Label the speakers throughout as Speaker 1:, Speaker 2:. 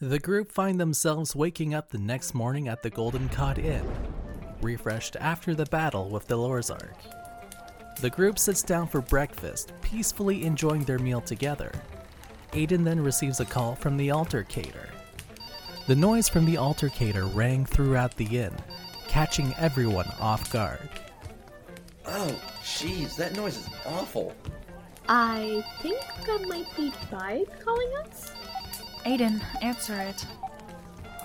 Speaker 1: The group find themselves waking up the next morning at the Golden Cod Inn, refreshed after the battle with the Lorzark. The group sits down for breakfast, peacefully enjoying their meal together. Aiden then receives a call from the altar cater. The noise from the altar cater rang throughout the inn, catching everyone off guard.
Speaker 2: Oh, jeez, that noise is awful.
Speaker 3: I think that might be Bide calling us?
Speaker 4: Aiden, answer it.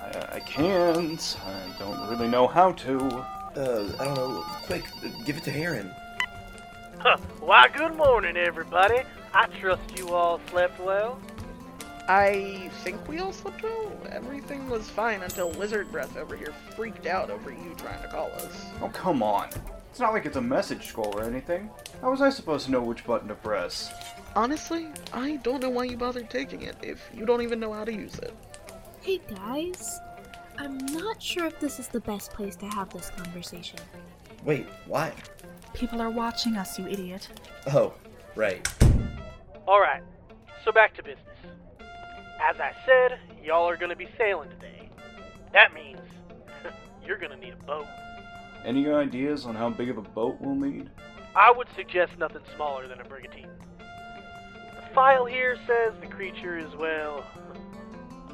Speaker 5: I, I can't. I don't really know how to.
Speaker 2: Uh, I don't know. Quick, uh, give it to Heron.
Speaker 6: Huh. Why, good morning, everybody. I trust you all slept well.
Speaker 7: I think we all slept well. Everything was fine until Lizard Breath over here freaked out over you trying to call us.
Speaker 5: Oh, come on. It's not like it's a message scroll or anything. How was I supposed to know which button to press?
Speaker 7: Honestly, I don't know why you bothered taking it if you don't even know how to use it.
Speaker 3: Hey guys, I'm not sure if this is the best place to have this conversation.
Speaker 2: Wait, why?
Speaker 4: People are watching us, you idiot.
Speaker 2: Oh, right.
Speaker 6: All right, so back to business. As I said, y'all are gonna be sailing today. That means you're gonna need a boat.
Speaker 5: Any ideas on how big of a boat we'll need?
Speaker 6: I would suggest nothing smaller than a brigantine. The file here says the creature is, well,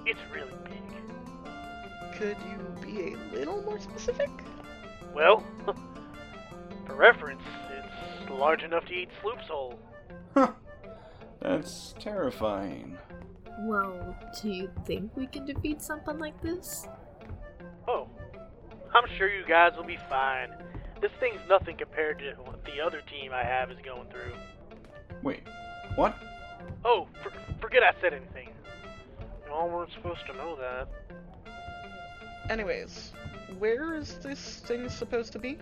Speaker 6: it's really big.
Speaker 7: Could you be a little more specific?
Speaker 6: Well, for reference, it's large enough to eat Sloop's whole.
Speaker 5: Huh. That's terrifying.
Speaker 3: Well, do you think we can defeat something like this?
Speaker 6: Oh, I'm sure you guys will be fine. This thing's nothing compared to what the other team I have is going through.
Speaker 5: Wait, what?
Speaker 6: Oh, for- forget I said anything. Y'all weren't supposed to know that.
Speaker 7: Anyways, where is this thing supposed to be?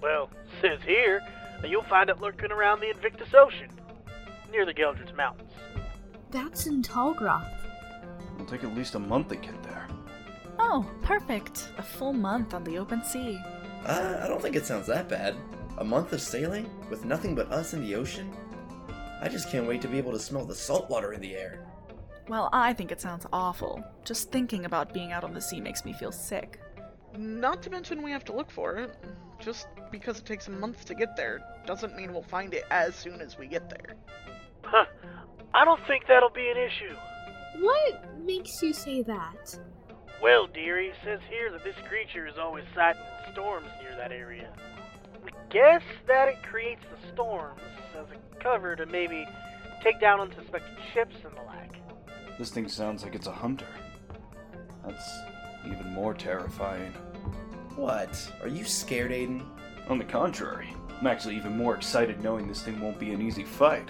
Speaker 6: Well, says here that you'll find it lurking around the Invictus Ocean, near the Geldrich Mountains.
Speaker 3: That's in Tallgroth.
Speaker 5: It'll take at least a month to get there.
Speaker 4: Oh, perfect. A full month on the open sea.
Speaker 2: Uh, I don't think it sounds that bad. A month of sailing with nothing but us in the ocean? I just can't wait to be able to smell the salt water in the air.
Speaker 4: Well, I think it sounds awful. Just thinking about being out on the sea makes me feel sick.
Speaker 7: Not to mention we have to look for it. Just because it takes a month to get there doesn't mean we'll find it as soon as we get there.
Speaker 6: Huh. I don't think that'll be an issue.
Speaker 3: What makes you say that?
Speaker 6: Well, dearie, says here that this creature is always sighting storms near that area. We guess that it creates the storms as a cover to maybe take down unsuspected ships and the like.
Speaker 5: This thing sounds like it's a hunter. That's even more terrifying.
Speaker 2: What? Are you scared, Aiden?
Speaker 5: On the contrary, I'm actually even more excited knowing this thing won't be an easy fight.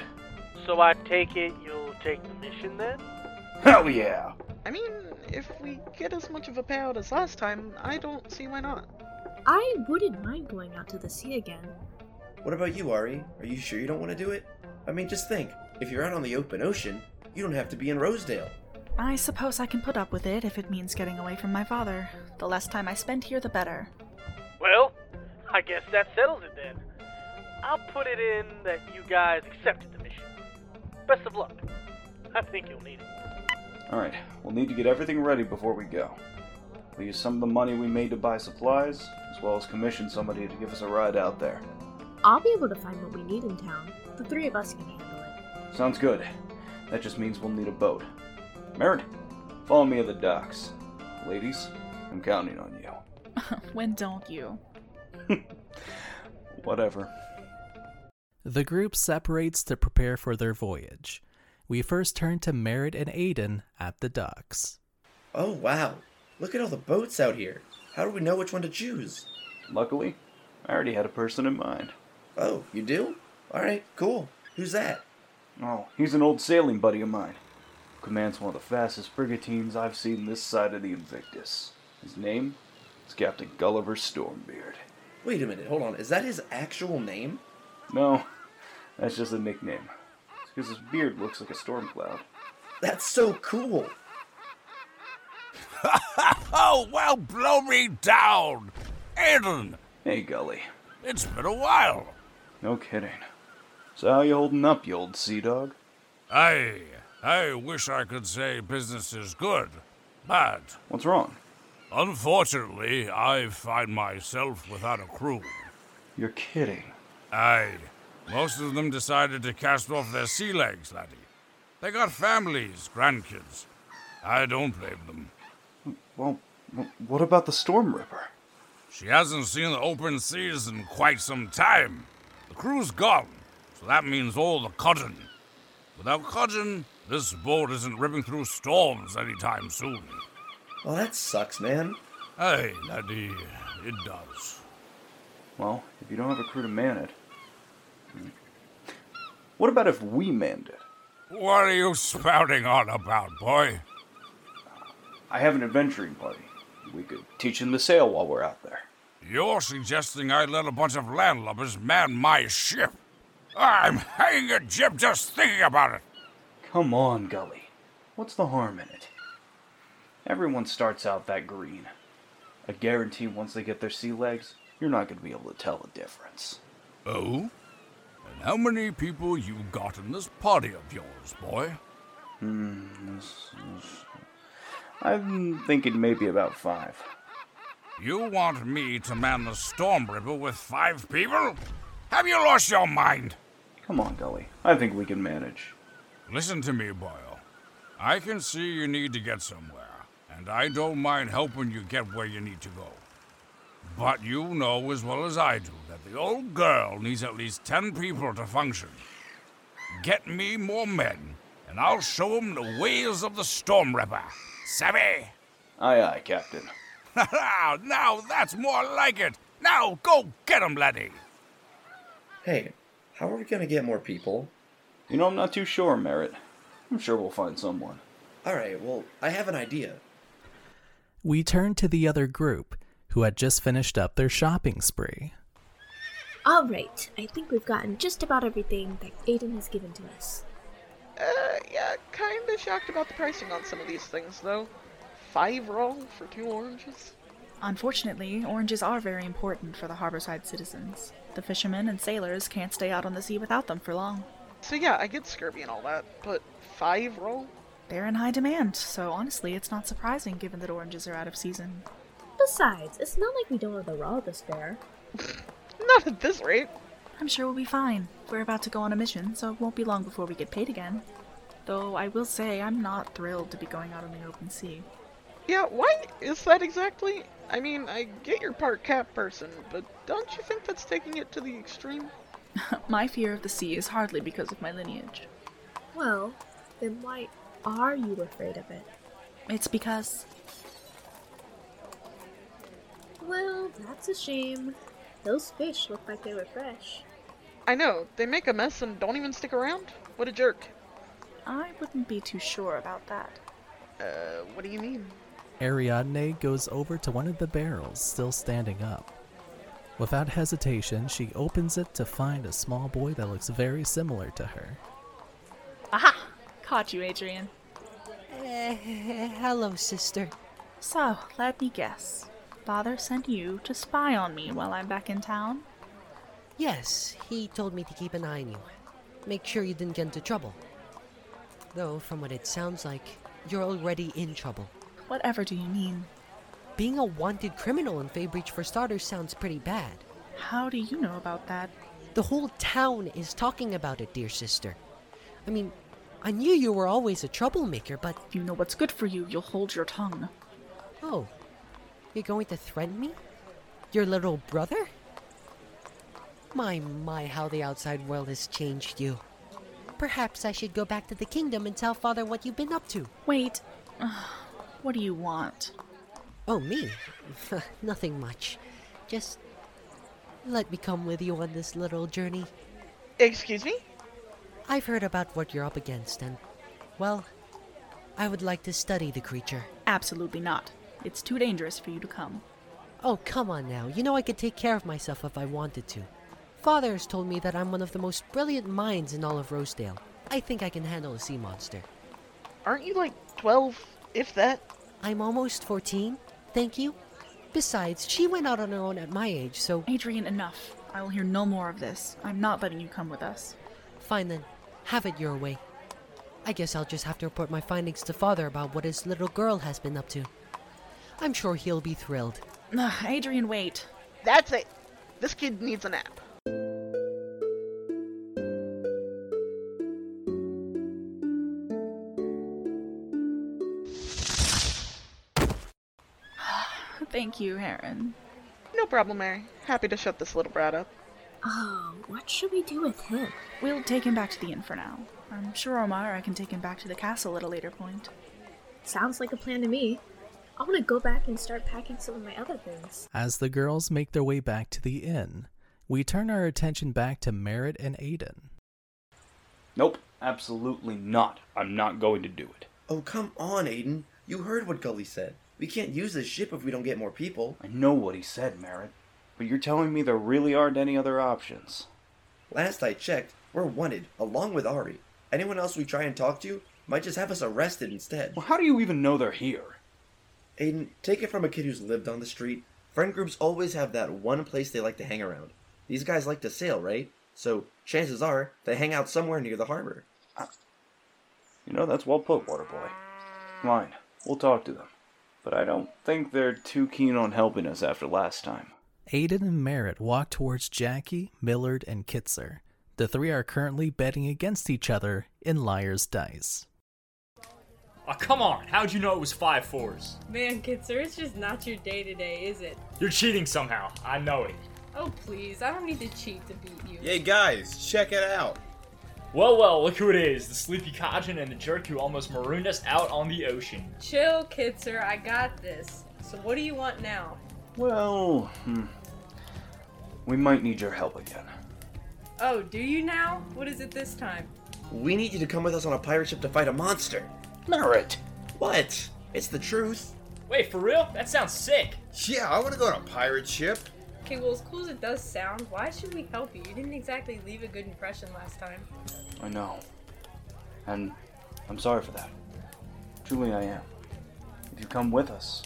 Speaker 6: So I take it you'll take the mission then?
Speaker 5: Hell yeah!
Speaker 7: I mean, if we get as much of a payout as last time, I don't see why not.
Speaker 3: I wouldn't mind going out to the sea again.
Speaker 2: What about you, Ari? Are you sure you don't want to do it? I mean, just think. If you're out on the open ocean, you don't have to be in Rosedale.
Speaker 4: I suppose I can put up with it if it means getting away from my father. The less time I spend here, the better.
Speaker 6: Well, I guess that settles it then. I'll put it in that you guys accepted the mission. Best of luck. I think you'll need it.
Speaker 5: Alright, we'll need to get everything ready before we go. We'll use some of the money we made to buy supplies, as well as commission somebody to give us a ride out there.
Speaker 3: I'll be able to find what we need in town. The three of us can handle it.
Speaker 5: Sounds good. That just means we'll need a boat. Merritt, follow me to the docks. Ladies, I'm counting on you.
Speaker 4: when don't you?
Speaker 5: Whatever.
Speaker 1: The group separates to prepare for their voyage. We first turn to Merritt and Aiden at the docks.
Speaker 2: Oh, wow. Look at all the boats out here. How do we know which one to choose?
Speaker 5: Luckily, I already had a person in mind.
Speaker 2: Oh, you do? Alright, cool. Who's that?
Speaker 5: Oh, he's an old sailing buddy of mine. Commands one of the fastest brigantines I've seen this side of the Invictus. His name is Captain Gulliver Stormbeard.
Speaker 2: Wait a minute, hold on. Is that his actual name?
Speaker 5: No, that's just a nickname. Because his beard looks like a storm cloud.
Speaker 2: That's so cool!
Speaker 8: oh, well, blow me down! Aiden,
Speaker 5: Hey, Gully.
Speaker 8: it's been a while.
Speaker 5: No kidding. So how you holding up, you old sea dog?
Speaker 8: Aye, I wish I could say business is good, but
Speaker 5: What's wrong?
Speaker 8: unfortunately, I find myself without a crew.
Speaker 5: You're kidding.
Speaker 8: Aye. Most of them decided to cast off their sea legs, laddie. They got families, grandkids. I don't blame them.
Speaker 5: Well, wh- what about the Storm Ripper?
Speaker 8: She hasn't seen the open seas in quite some time. The crew's gone, so that means all the cotton. Without cotton, this boat isn't ripping through storms anytime soon.
Speaker 2: Well, Oh, that sucks, man.
Speaker 8: Aye, laddie, it does.
Speaker 5: Well, if you don't have a crew to man it. Hmm. What about if we manned it?
Speaker 8: What are you spouting on about, boy?
Speaker 5: I have an adventuring party. We could teach them to sail while we're out there.
Speaker 8: You're suggesting I let a bunch of landlubbers man my ship. I'm hanging a jib just thinking about it.
Speaker 5: Come on, Gully. What's the harm in it? Everyone starts out that green. I guarantee once they get their sea legs, you're not going to be able to tell the difference.
Speaker 8: Oh? And how many people you got in this party of yours, boy?
Speaker 5: I'm thinking maybe about five.
Speaker 8: You want me to man the Storm Ripper with five people? Have you lost your mind?
Speaker 5: Come on, Gully. I think we can manage.
Speaker 8: Listen to me, Boyle. I can see you need to get somewhere, and I don't mind helping you get where you need to go. But you know as well as I do that the old girl needs at least ten people to function. Get me more men, and I'll show 'em the ways of the Storm Ripper. Savvy?
Speaker 5: Aye, aye, Captain.
Speaker 8: now that's more like it. Now go get 'em, laddie.
Speaker 2: Hey, how are we gonna get more people?
Speaker 5: You know, I'm not too sure, Merritt. I'm sure we'll find someone.
Speaker 2: Alright, well, I have an idea.
Speaker 1: We turn to the other group, who had just finished up their shopping spree.
Speaker 3: Alright, I think we've gotten just about everything that Aiden has given to us.
Speaker 7: Uh, yeah, kinda shocked about the pricing on some of these things, though. Five roll for two oranges?
Speaker 4: Unfortunately, oranges are very important for the harborside citizens. The fishermen and sailors can't stay out on the sea without them for long.
Speaker 7: So yeah, I get scurvy and all that, but five roll?
Speaker 4: They're in high demand, so honestly, it's not surprising given that oranges are out of season.
Speaker 3: Besides, it's not like we don't have the raw to spare.
Speaker 7: Not at this rate.
Speaker 4: I'm sure we'll be fine. We're about to go on a mission, so it won't be long before we get paid again. Though I will say, I'm not thrilled to be going out on the open sea.
Speaker 7: Yeah, why is that exactly? I mean, I get your part cat person, but don't you think that's taking it to the extreme?
Speaker 4: my fear of the sea is hardly because of my lineage.
Speaker 3: Well, then why are you afraid of it?
Speaker 4: It's because
Speaker 3: Well, that's a shame. Those fish look like they were fresh.
Speaker 7: I know, they make a mess and don't even stick around? What a jerk.
Speaker 4: I wouldn't be too sure about that.
Speaker 7: Uh, what do you mean?
Speaker 1: Ariadne goes over to one of the barrels still standing up. Without hesitation, she opens it to find a small boy that looks very similar to her.
Speaker 4: Aha! Caught you, Adrian.
Speaker 9: Eh, hello, sister.
Speaker 4: So, let me guess. Father sent you to spy on me while I'm back in town?
Speaker 9: Yes, he told me to keep an eye on you. Make sure you didn't get into trouble. Though, from what it sounds like, you're already in trouble.
Speaker 4: Whatever do you mean?
Speaker 9: Being a wanted criminal in Faybreach for starters sounds pretty bad.
Speaker 4: How do you know about that?
Speaker 9: The whole town is talking about it, dear sister. I mean, I knew you were always a troublemaker, but
Speaker 4: If you know what's good for you, you'll hold your tongue.
Speaker 9: oh, you're going to threaten me? Your little brother? My, my, how the outside world has changed you. Perhaps I should go back to the kingdom and tell father what you've been up to.
Speaker 4: Wait. what do you want?
Speaker 9: Oh, me? Nothing much. Just let me come with you on this little journey.
Speaker 7: Excuse me?
Speaker 9: I've heard about what you're up against, and, well, I would like to study the creature.
Speaker 4: Absolutely not. It's too dangerous for you to come.
Speaker 9: Oh, come on now. You know I could take care of myself if I wanted to. Father has told me that I'm one of the most brilliant minds in all of Rosedale. I think I can handle a sea monster.
Speaker 7: Aren't you like 12, if that?
Speaker 9: I'm almost 14. Thank you. Besides, she went out on her own at my age, so
Speaker 4: Adrian, enough. I will hear no more of this. I'm not letting you come with us.
Speaker 9: fine then. Have it your way. I guess I'll just have to report my findings to father about what his little girl has been up to. I'm sure he'll be thrilled.
Speaker 4: Ugh, Adrian, wait.
Speaker 7: That's it. This kid needs a nap.
Speaker 4: Thank you, Heron.
Speaker 7: No problem, Mary. Happy to shut this little brat up.
Speaker 3: Oh, what should we do with him?
Speaker 4: We'll take him back to the inn for now. I'm sure Omara can take him back to the castle at a later point.
Speaker 3: Sounds like a plan to me. I want to go back and start packing some of my other things.
Speaker 1: As the girls make their way back to the inn, we turn our attention back to Merritt and Aiden.
Speaker 5: Nope, absolutely not. I'm not going to do it.
Speaker 2: Oh, come on,
Speaker 5: Mm-hmm.
Speaker 2: Aiden. You heard what Gully said. We can't use this ship if we don't get more people.
Speaker 5: I know what he said, Merritt, but you're telling me there really aren't any other options.
Speaker 2: Last I checked, we're wanted, along with Ari. Anyone else we try and talk to might just have us arrested instead.
Speaker 5: Well, how do you even know they're here?
Speaker 2: Aiden, take it from a kid who's lived on the street. Friend groups always have that one place they like to hang around. These guys like to sail, right? So chances are they hang out somewhere near the harbor.
Speaker 5: Ah. You know, that's well put, Waterboy. Fine, we'll talk to them. But I don't think they're too keen on helping us after last time.
Speaker 1: Aiden and Merritt walk towards Jackie, Millard, and Kitzer. The three are currently betting against each other in Liar's Dice.
Speaker 10: Aw, Oh, come on. How'd you know it was five fours?
Speaker 11: Man, Kitzer, it's just not your day today, is it?
Speaker 10: You're cheating somehow. I know it.
Speaker 11: Oh, please, I don't need to cheat to beat you.
Speaker 12: Hey guys, check it out.
Speaker 10: Well, well, look who it is the sleepy Kajin and the jerk who almost marooned us out on the ocean.
Speaker 11: Chill, Kitzer, I got this. So, what do you want now?
Speaker 5: Well, hmm. we might need your help again.
Speaker 11: Oh, do you now? What is it this time?
Speaker 2: We need you to come with us on a pirate ship to fight a monster.
Speaker 5: Merritt!
Speaker 2: What? It's the truth.
Speaker 10: Wait, for real? That sounds sick.
Speaker 12: Yeah, I want to go on a pirate ship.
Speaker 11: Okay, well, as cool as it does sound, why should we help you? You didn't exactly leave a good impression last time.
Speaker 5: I know. And I'm sorry for that. Truly, I am. If you come with us,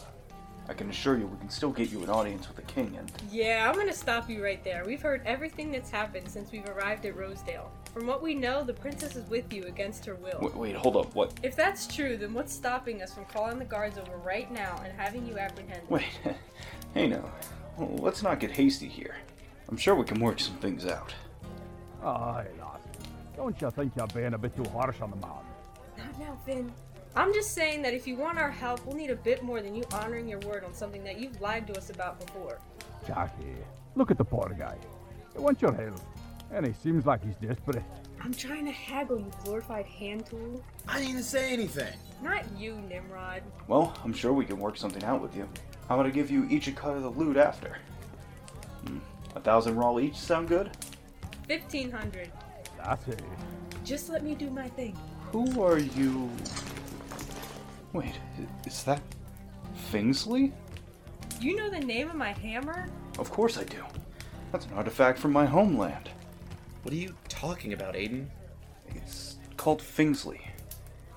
Speaker 5: I can assure you we can still get you an audience with the king and.
Speaker 11: Yeah, I'm gonna stop you right there. We've heard everything that's happened since we've arrived at Rosedale. From what we know, the princess is with you against her will.
Speaker 5: Wait, wait, hold up, what?
Speaker 11: If that's true, then what's stopping us from calling the guards over right now and having you apprehended?
Speaker 5: Wait, hey now, well, let's not get hasty here. I'm sure we can work some things out.
Speaker 13: Oh, hey, lass. Don't you think you've been a bit too harsh on the man?
Speaker 11: Not now, Finn. I'm just saying that if you want our help, we'll need a bit more than you honoring your word on something that you've lied to us about before.
Speaker 13: Jackie, look at the poor guy. He wants your help, and he seems like he's desperate.
Speaker 11: I'm trying to haggle you glorified hand tool.
Speaker 12: I didn't say anything.
Speaker 11: Not you, Nimrod.
Speaker 5: Well, I'm sure we can work something out with you. How about I give you each a cut of the loot after? Hmm, a thousand raw each sound good?
Speaker 11: 1500.
Speaker 13: That's it.
Speaker 11: Just let me do my thing.
Speaker 5: Who are you? Wait, i- is that Fingsley?
Speaker 11: You know the name of my hammer?
Speaker 5: Of course I do. That's an artifact from my homeland.
Speaker 2: What are you talking about, Aiden?
Speaker 5: It's called Fingsley.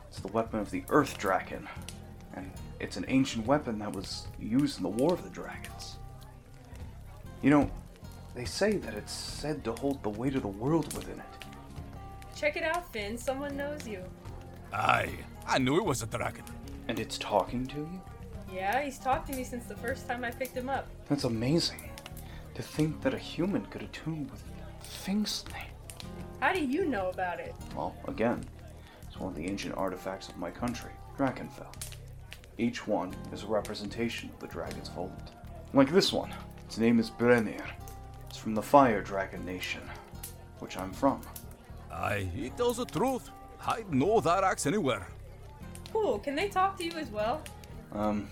Speaker 5: It's the weapon of the Earth Dragon, and it's an ancient weapon that was used in the War of the Dragons. You know, they say that it's said to hold the weight of the world within it.
Speaker 11: Check it out, Finn. Someone knows you.
Speaker 8: Aye, I knew it was a dragon.
Speaker 5: And it's talking to you?
Speaker 11: Yeah, he's talked to me since the first time I picked him up.
Speaker 5: That's amazing. To think that a human could attune with Fingsley.
Speaker 11: How do you know about it?
Speaker 5: Well, again, it's one of the ancient artifacts of my country, Drakenfell. Each one is a representation of the dragon's hold. Like this one. Its name is Brennir. It's from the Fire Dragon Nation, which I'm from.
Speaker 8: Aye, he tells the truth. I'd know that axe anywhere.
Speaker 11: Cool. Can they talk to you as well?
Speaker 5: Um,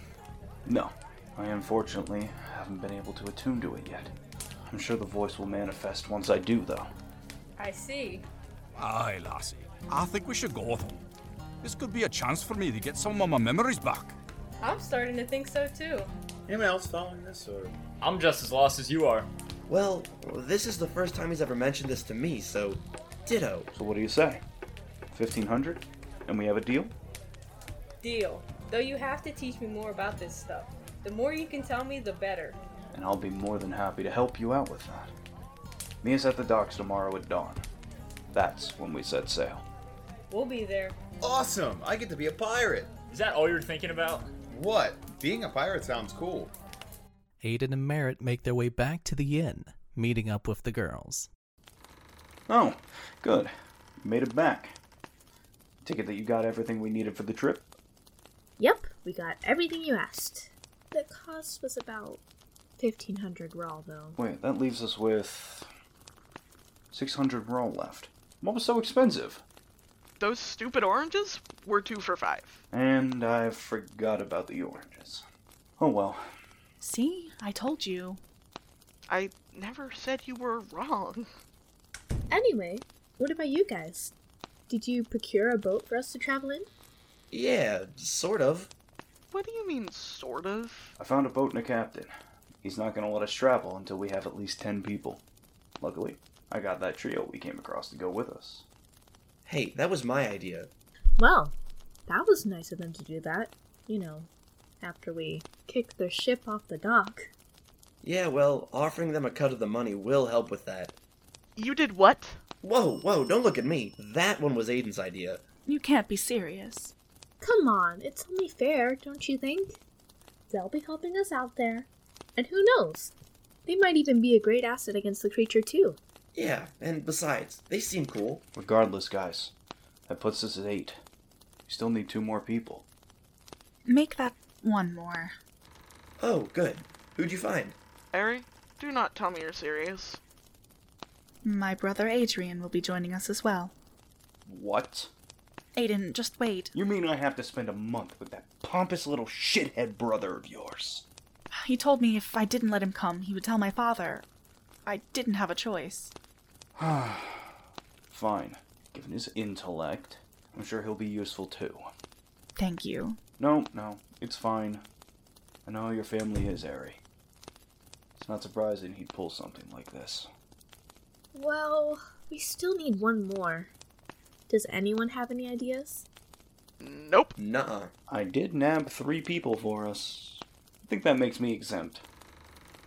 Speaker 5: no. I unfortunately haven't been able to attune to it yet. I'm sure the voice will manifest once I do, though.
Speaker 11: I see.
Speaker 8: Aye, lassie. I think we should go with him. This could be a chance for me to get some of my memories back.
Speaker 11: I'm starting to think so too.
Speaker 12: Anyone else following this or?
Speaker 10: I'm just as lost as you are.
Speaker 2: Well, this is the first time he's ever mentioned this to me, so ditto.
Speaker 5: So, what do you say? 1500? And we have a deal?
Speaker 11: Deal. Though you have to teach me more about this stuff. The more you can tell me, the better.
Speaker 5: and I'll be more than happy to help you out with that. Meet us at the docks tomorrow at dawn. That's when we set sail.
Speaker 11: We'll be there.
Speaker 12: Awesome! I get to be a pirate.
Speaker 10: Is that all you're thinking about?
Speaker 12: What? Being a pirate sounds cool.
Speaker 1: Aiden and Merritt make their way back to the inn, meeting up with the girls.
Speaker 5: Oh, good. Made it back. Ticket that you got everything we needed for the trip.
Speaker 3: Yep, we got everything you asked. The cost was about 1500 raw, though.
Speaker 5: Wait, that leaves us with 600 raw left. What was so expensive?
Speaker 7: Those stupid oranges were two for five.
Speaker 5: And I forgot about the oranges. Oh well.
Speaker 4: See? I told you.
Speaker 7: I never said you were wrong.
Speaker 3: Anyway, what about you guys? Did you procure a boat for us to travel in?
Speaker 2: Yeah, sort of.
Speaker 7: What do you mean, sort of?
Speaker 5: I found a boat and a captain. He's not going to let us travel until we have at least 10 people. Luckily, I got that trio we came across to go with us.
Speaker 2: Hey, that was my idea.
Speaker 3: Well, that was nice of them to do that. You know, after we kicked their ship off the dock.
Speaker 2: Yeah, well, offering them a cut of the money will help with that.
Speaker 7: You did what?
Speaker 2: Whoa, whoa, don't look at me. That one was Aiden's idea.
Speaker 4: You can't be serious.
Speaker 3: Come on, it's only fair, don't you think? They'll be helping us out there. And who knows? They might even be a great asset against the creature, too.
Speaker 2: Yeah, and besides, they seem cool.
Speaker 5: Regardless, guys, that puts us at 8. We still need two more people.
Speaker 4: Make that one more.
Speaker 2: Oh, good. Who'd you find?
Speaker 7: Eri, do not tell me you're serious.
Speaker 4: My brother Adrian will be joining us as well.
Speaker 5: What?
Speaker 4: Aiden, just wait.
Speaker 5: You mean I have to spend a month with that pompous little shithead brother of yours?
Speaker 4: He told me if I didn't let him come, he would tell my father. I didn't have a choice.
Speaker 5: Fine. Given his intellect, I'm sure he'll be useful too.
Speaker 4: Thank you.
Speaker 5: No, no, it's fine. I know how your family is, Ari. It's not surprising he'd pull something like this.
Speaker 3: Well, we still need one more. Does anyone have any ideas?
Speaker 7: Nope.
Speaker 2: Nuh
Speaker 5: I did nab three people for us. I think that makes me exempt.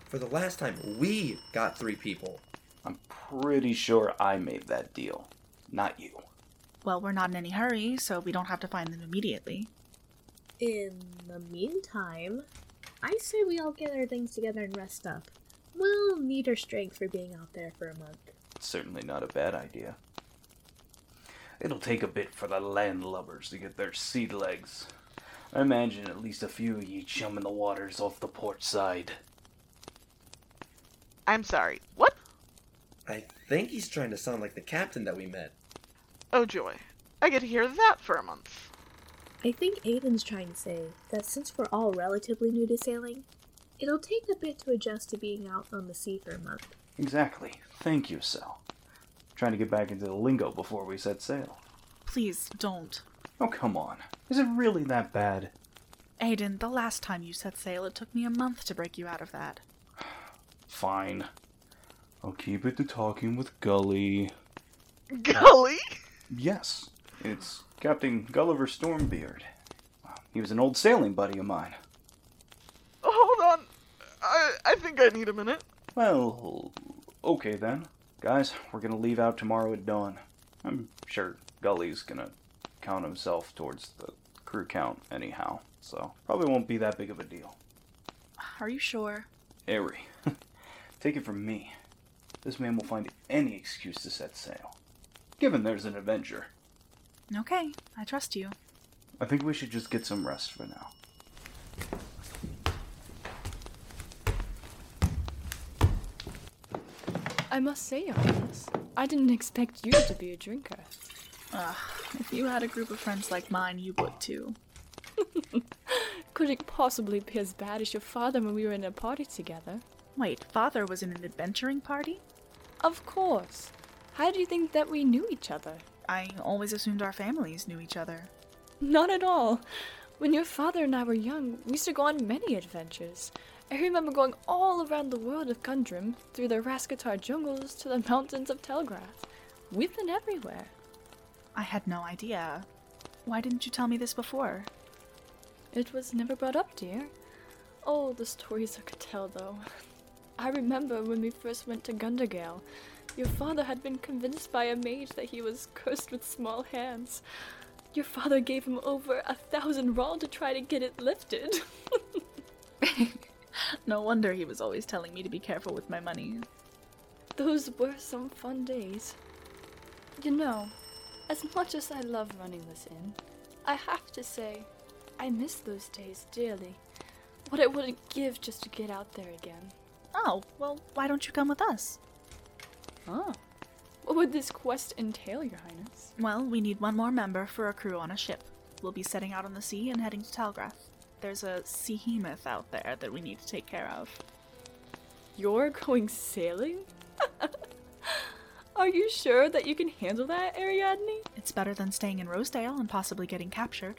Speaker 2: For the last time, we got three people.
Speaker 5: I'm pretty sure I made that deal, not you.
Speaker 4: Well, we're not in any hurry, so we don't have to find them immediately.
Speaker 3: In the meantime, I say we all get our things together and rest up. We'll need our strength for being out there for a month.
Speaker 5: It's certainly not a bad idea. It'll take a bit for the landlubbers to get their sea legs. I imagine at least a few of ye chum in the waters off the port side.
Speaker 7: I'm sorry. What?
Speaker 2: I think he's trying to sound like the captain that we met.
Speaker 7: Oh joy. I get to hear that for a month.
Speaker 3: I think Aiden's trying to say that since we're all relatively new to sailing, it'll take a bit to adjust to being out on the sea for a month.
Speaker 5: Exactly. Thank you, Sal. Trying to get back into the lingo before we set sail.
Speaker 4: Please don't.
Speaker 5: Oh, come on. Is it really that bad?
Speaker 4: Aiden, the last time you set sail, it took me a month to break you out of that.
Speaker 5: Fine. I'll keep it to talking with Gully.
Speaker 7: Gully?
Speaker 5: Yes. It's Captain Gulliver Stormbeard. He was an old sailing buddy of mine.
Speaker 7: Oh, hold on. I, I think I need a minute.
Speaker 5: Well, okay then. Guys, we're gonna leave out tomorrow at dawn. I'm sure Gully's gonna count himself towards the crew count anyhow, so probably won't be that big of a deal.
Speaker 4: Are you sure?
Speaker 5: Airy, take it from me. This man will find any excuse to set sail, given there's an adventure.
Speaker 4: Okay, I trust you.
Speaker 5: I think we should just get some rest for now.
Speaker 14: I must say, Artemis, I didn't expect you to be a drinker.
Speaker 4: Ugh, Ah, if you had a group of friends like mine, you would too.
Speaker 14: Could it possibly be as bad as your father when we were in a party together?
Speaker 4: Wait, father was in an adventuring party?
Speaker 14: Of course. How do you think that we knew each other?
Speaker 4: I always assumed our families knew each other.
Speaker 14: Not at all. When your father and I were young, we used to go on many adventures. I remember going all around the world of Gundrim, through the Raskatar jungles to the mountains of Telgrath. We've been everywhere.
Speaker 4: I had no idea. Why didn't you tell me this before?
Speaker 14: It was never brought up, dear. Oh, the stories I could tell, though. I remember when we first went to Gundergale. Your father had been convinced by a mage that he was cursed with small hands. Your father gave him over a thousand rond to try to get it lifted.
Speaker 4: No wonder he was always telling me to be careful with my money.
Speaker 14: Those were some fun days. You know, as much as I love running this inn, I have to say, I miss those days dearly. What I wouldn't give just to get out there again.
Speaker 4: Oh, well, why don't you come with us?
Speaker 14: Huh. What would this quest entail, Your Highness?
Speaker 4: Well, we need one more member for a crew on a ship. We'll be setting out on the sea and heading to Talgrath. There's a sea hemoth out there that we need to take care of.
Speaker 14: You're going sailing? Are you sure that you can handle that, Ariadne?
Speaker 4: It's better than staying in Rosedale and possibly getting captured.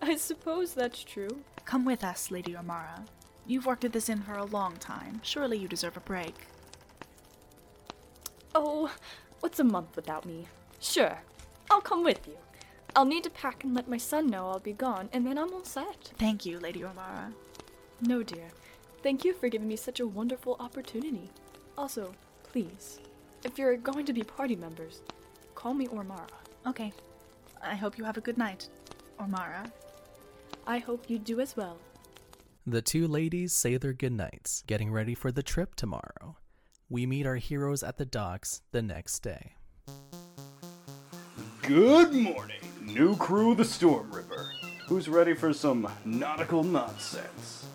Speaker 14: I suppose that's true.
Speaker 4: Come with us, Lady Omara. You've worked at this inn for a long time. Surely you deserve a break.
Speaker 14: Oh, what's a month without me? Sure, I'll come with you. I'll need to pack and let my son know I'll be gone, and then I'm all set.
Speaker 4: Thank you, Lady Omara.
Speaker 14: No, dear. Thank you for giving me such a wonderful opportunity. Also, please, if you're going to be party members, call me Ormara.
Speaker 4: Okay. I hope you have a good night, Ormara.
Speaker 14: I hope you do as well.
Speaker 1: The two ladies say their goodnights, getting ready for the trip tomorrow. We meet our heroes at the docks the next day.
Speaker 5: Good morning, new crew of the Storm Ripper. Who's ready for some nautical nonsense?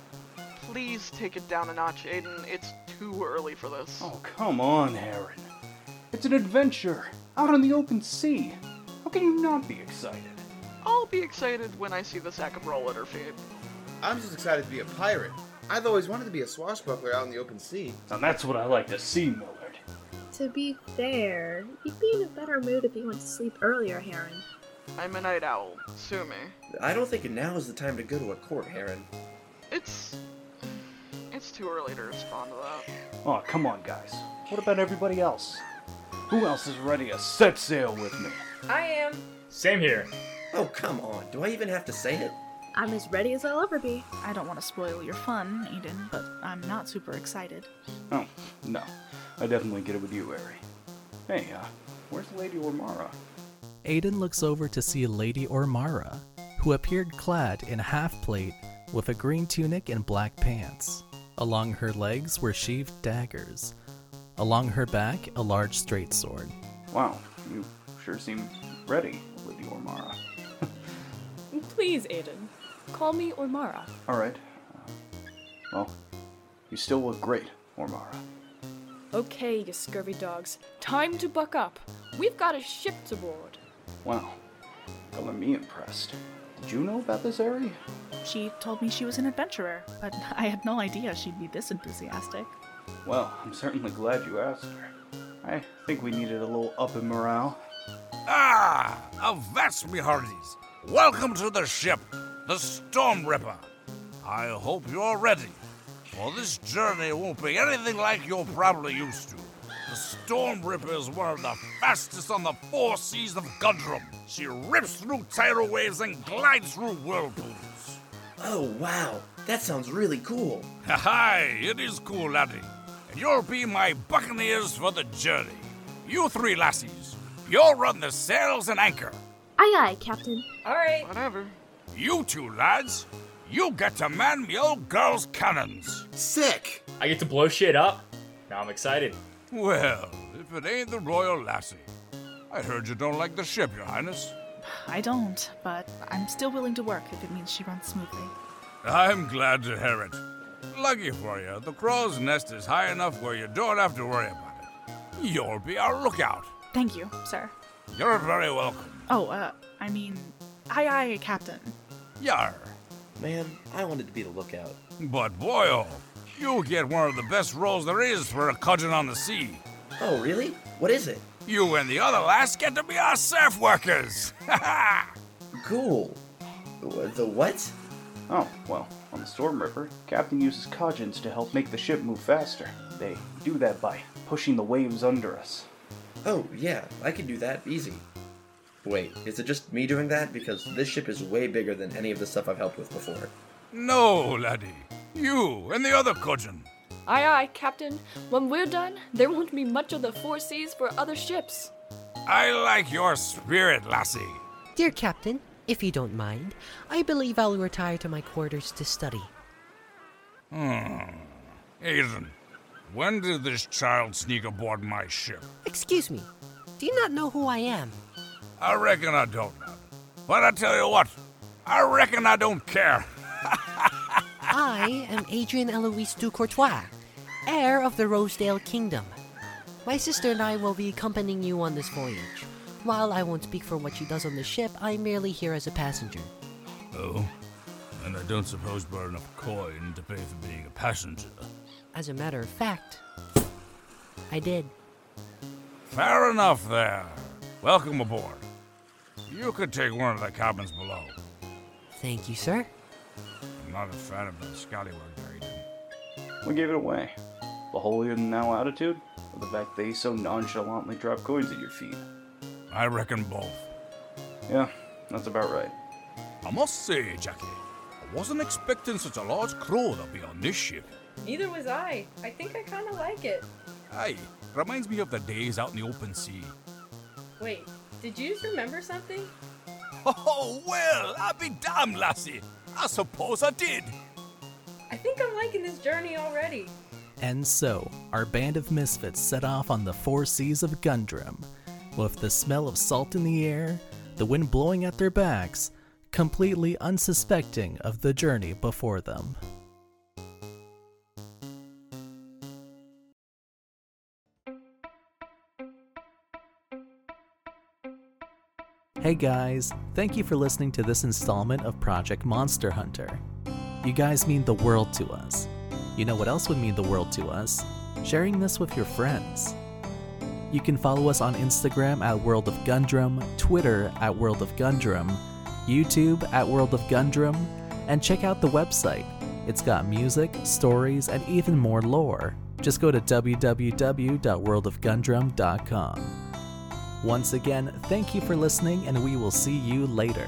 Speaker 7: Please take it down a notch, Aiden. It's too early for this.
Speaker 5: Oh, Come on, Heron. It's an adventure out on the open sea. How can you not be excited?
Speaker 7: I'll be excited when I see the sack of roll at her feet.
Speaker 12: I'm just excited to be a pirate. I've always wanted to be a swashbuckler out in the open sea.
Speaker 5: Now that's what I like to see, Millard.
Speaker 3: To be fair, you'd be in a better mood if you went to sleep earlier, Heron.
Speaker 7: I'm a night owl. Sue me.
Speaker 2: I don't think now is the time to go to a court, Heron.
Speaker 7: It's. It's too early to respond to that.
Speaker 5: Oh, come on, guys. What about everybody else? Who else is ready to set sail with me?
Speaker 11: I am.
Speaker 10: Same here.
Speaker 2: Oh, come on. Do I even have to say it?
Speaker 3: I'm as ready as I'll ever be.
Speaker 4: I don't want to spoil your fun, Eden, but I'm not super excited.
Speaker 5: Oh, no. I definitely get it with you, Ari. Hey, uh, where's Lady Ormara?
Speaker 1: Aiden looks over to see Lady Ormara, who appeared clad in half plate with a green tunic and black pants. Along her legs were sheathed daggers. Along her back, a large straight sword.
Speaker 5: Wow, you sure seem ready, Lady Ormara.
Speaker 14: Please, Aiden, call me Ormara.
Speaker 5: All right. Uh, well, you still look great, Ormara.
Speaker 14: Okay, you scurvy dogs, time to buck up. We've got a ship to board.
Speaker 5: Wow, color me impressed. Did you know about this, Ari?
Speaker 4: She told me she was an adventurer, but I had no idea she'd be this enthusiastic.
Speaker 5: Well, I'm certainly glad you asked her. I think we needed a little up in morale.
Speaker 8: Ah, avast me hearties. Welcome to the ship, the Storm Ripper. I hope you're ready, for this journey won't be anything like you're probably used to. The Storm Ripper is one of the fastest on the four seas of Gundrum. She rips through tidal waves and glides through whirlpools.
Speaker 2: Oh, wow. That sounds really cool.
Speaker 8: Hi, it is cool, laddie. And you'll be my buccaneers for the journey. You three lassies, you'll run the sails and anchor.
Speaker 3: Aye, aye, Captain.
Speaker 11: Alright.
Speaker 7: Whatever.
Speaker 8: You two lads, you get to man me old girl's cannons.
Speaker 12: Sick!
Speaker 10: I get to blow shit up. Now I'm excited.
Speaker 8: Well, if it ain't the Royal Lassie. I heard you don't like the ship, Your Highness.
Speaker 4: I don't, but I'm still willing to work if it means she runs smoothly.
Speaker 8: I'm glad to hear it. Lucky for you, the crow's nest is high enough where you don't have to worry about it. You'll be our lookout.
Speaker 4: Thank you, sir.
Speaker 8: You're very welcome.
Speaker 4: Oh, uh, I mean, aye aye, Captain.
Speaker 8: Yar.
Speaker 2: Man, I wanted to be the lookout.
Speaker 8: But boy, oh, you'll get one of the best roles there is for a cudgeon on the sea.
Speaker 2: Oh, really? What is it?
Speaker 8: You and the other lass get to be our surf workers.
Speaker 2: Cool. Wh- The what?
Speaker 5: Oh, well, on the Storm River, Captain uses codgins to help make the ship move faster. They do that by pushing the waves under us.
Speaker 2: Oh, yeah, I can do that easy. Wait, is it just me doing that? Because this ship is way bigger than any of the stuff I've helped with before.
Speaker 8: no, laddie. You and the other cudgeon.
Speaker 14: Aye, aye, Captain. When we're done, there won't be much of the four seas for other ships.
Speaker 8: I like your spirit, lassie.
Speaker 9: Dear Captain, if you don't mind, I believe I'll retire to my quarters to study.
Speaker 8: Hmm. Aiden, when did this child sneak aboard my ship?
Speaker 9: Excuse me, do you not know who I am?
Speaker 8: I reckon I don't know. But I tell you what, I reckon I don't care.
Speaker 9: I am Adrian Eloise du Courtois, heir of the Rosedale Kingdom. My sister and I will be accompanying you on this voyage. While I won't speak for what she does on the ship, I'm merely here as a passenger.
Speaker 15: Oh, and I don't suppose we're enough coin to pay for being a passenger.
Speaker 9: As a matter of fact, I did.
Speaker 8: Fair enough there. Welcome aboard. You could take one of the cabins below.
Speaker 9: Thank you, sir.
Speaker 8: I'm not a fan of the scallywag there, Aiden.
Speaker 5: We gave it away. The holier than thou attitude, or the fact they so nonchalantly drop coins at your feet.
Speaker 8: I reckon both.
Speaker 5: Yeah, that's about right.
Speaker 15: I must say, Jackie, I wasn't expecting such a large crowd to be on this ship.
Speaker 11: Neither was I. I think I kind of like it.
Speaker 15: Aye, reminds me of the days out in the open sea.
Speaker 11: Wait, did you just remember something?
Speaker 15: Oh, well, I be damned, lassie. I suppose I did.
Speaker 11: I think I'm liking this journey already.
Speaker 1: And so, our band of misfits set off on the four seas of Gundrum, with the smell of salt in the air, the wind blowing at their backs, completely unsuspecting of the journey before them. Hey guys, thank you for listening to this installment of Project Monster Hunter. You guys mean the world to us. You know what else would mean the world to us? Sharing this with your friends. You can follow us on Instagram at World of Gundrum, Twitter at World of Gundrum, YouTube at World of Gundrum, and check out the website. It's got music, stories, and even more lore. Just go to www.worldofgundrum.com. Once again, thank you for listening, and we will see you later.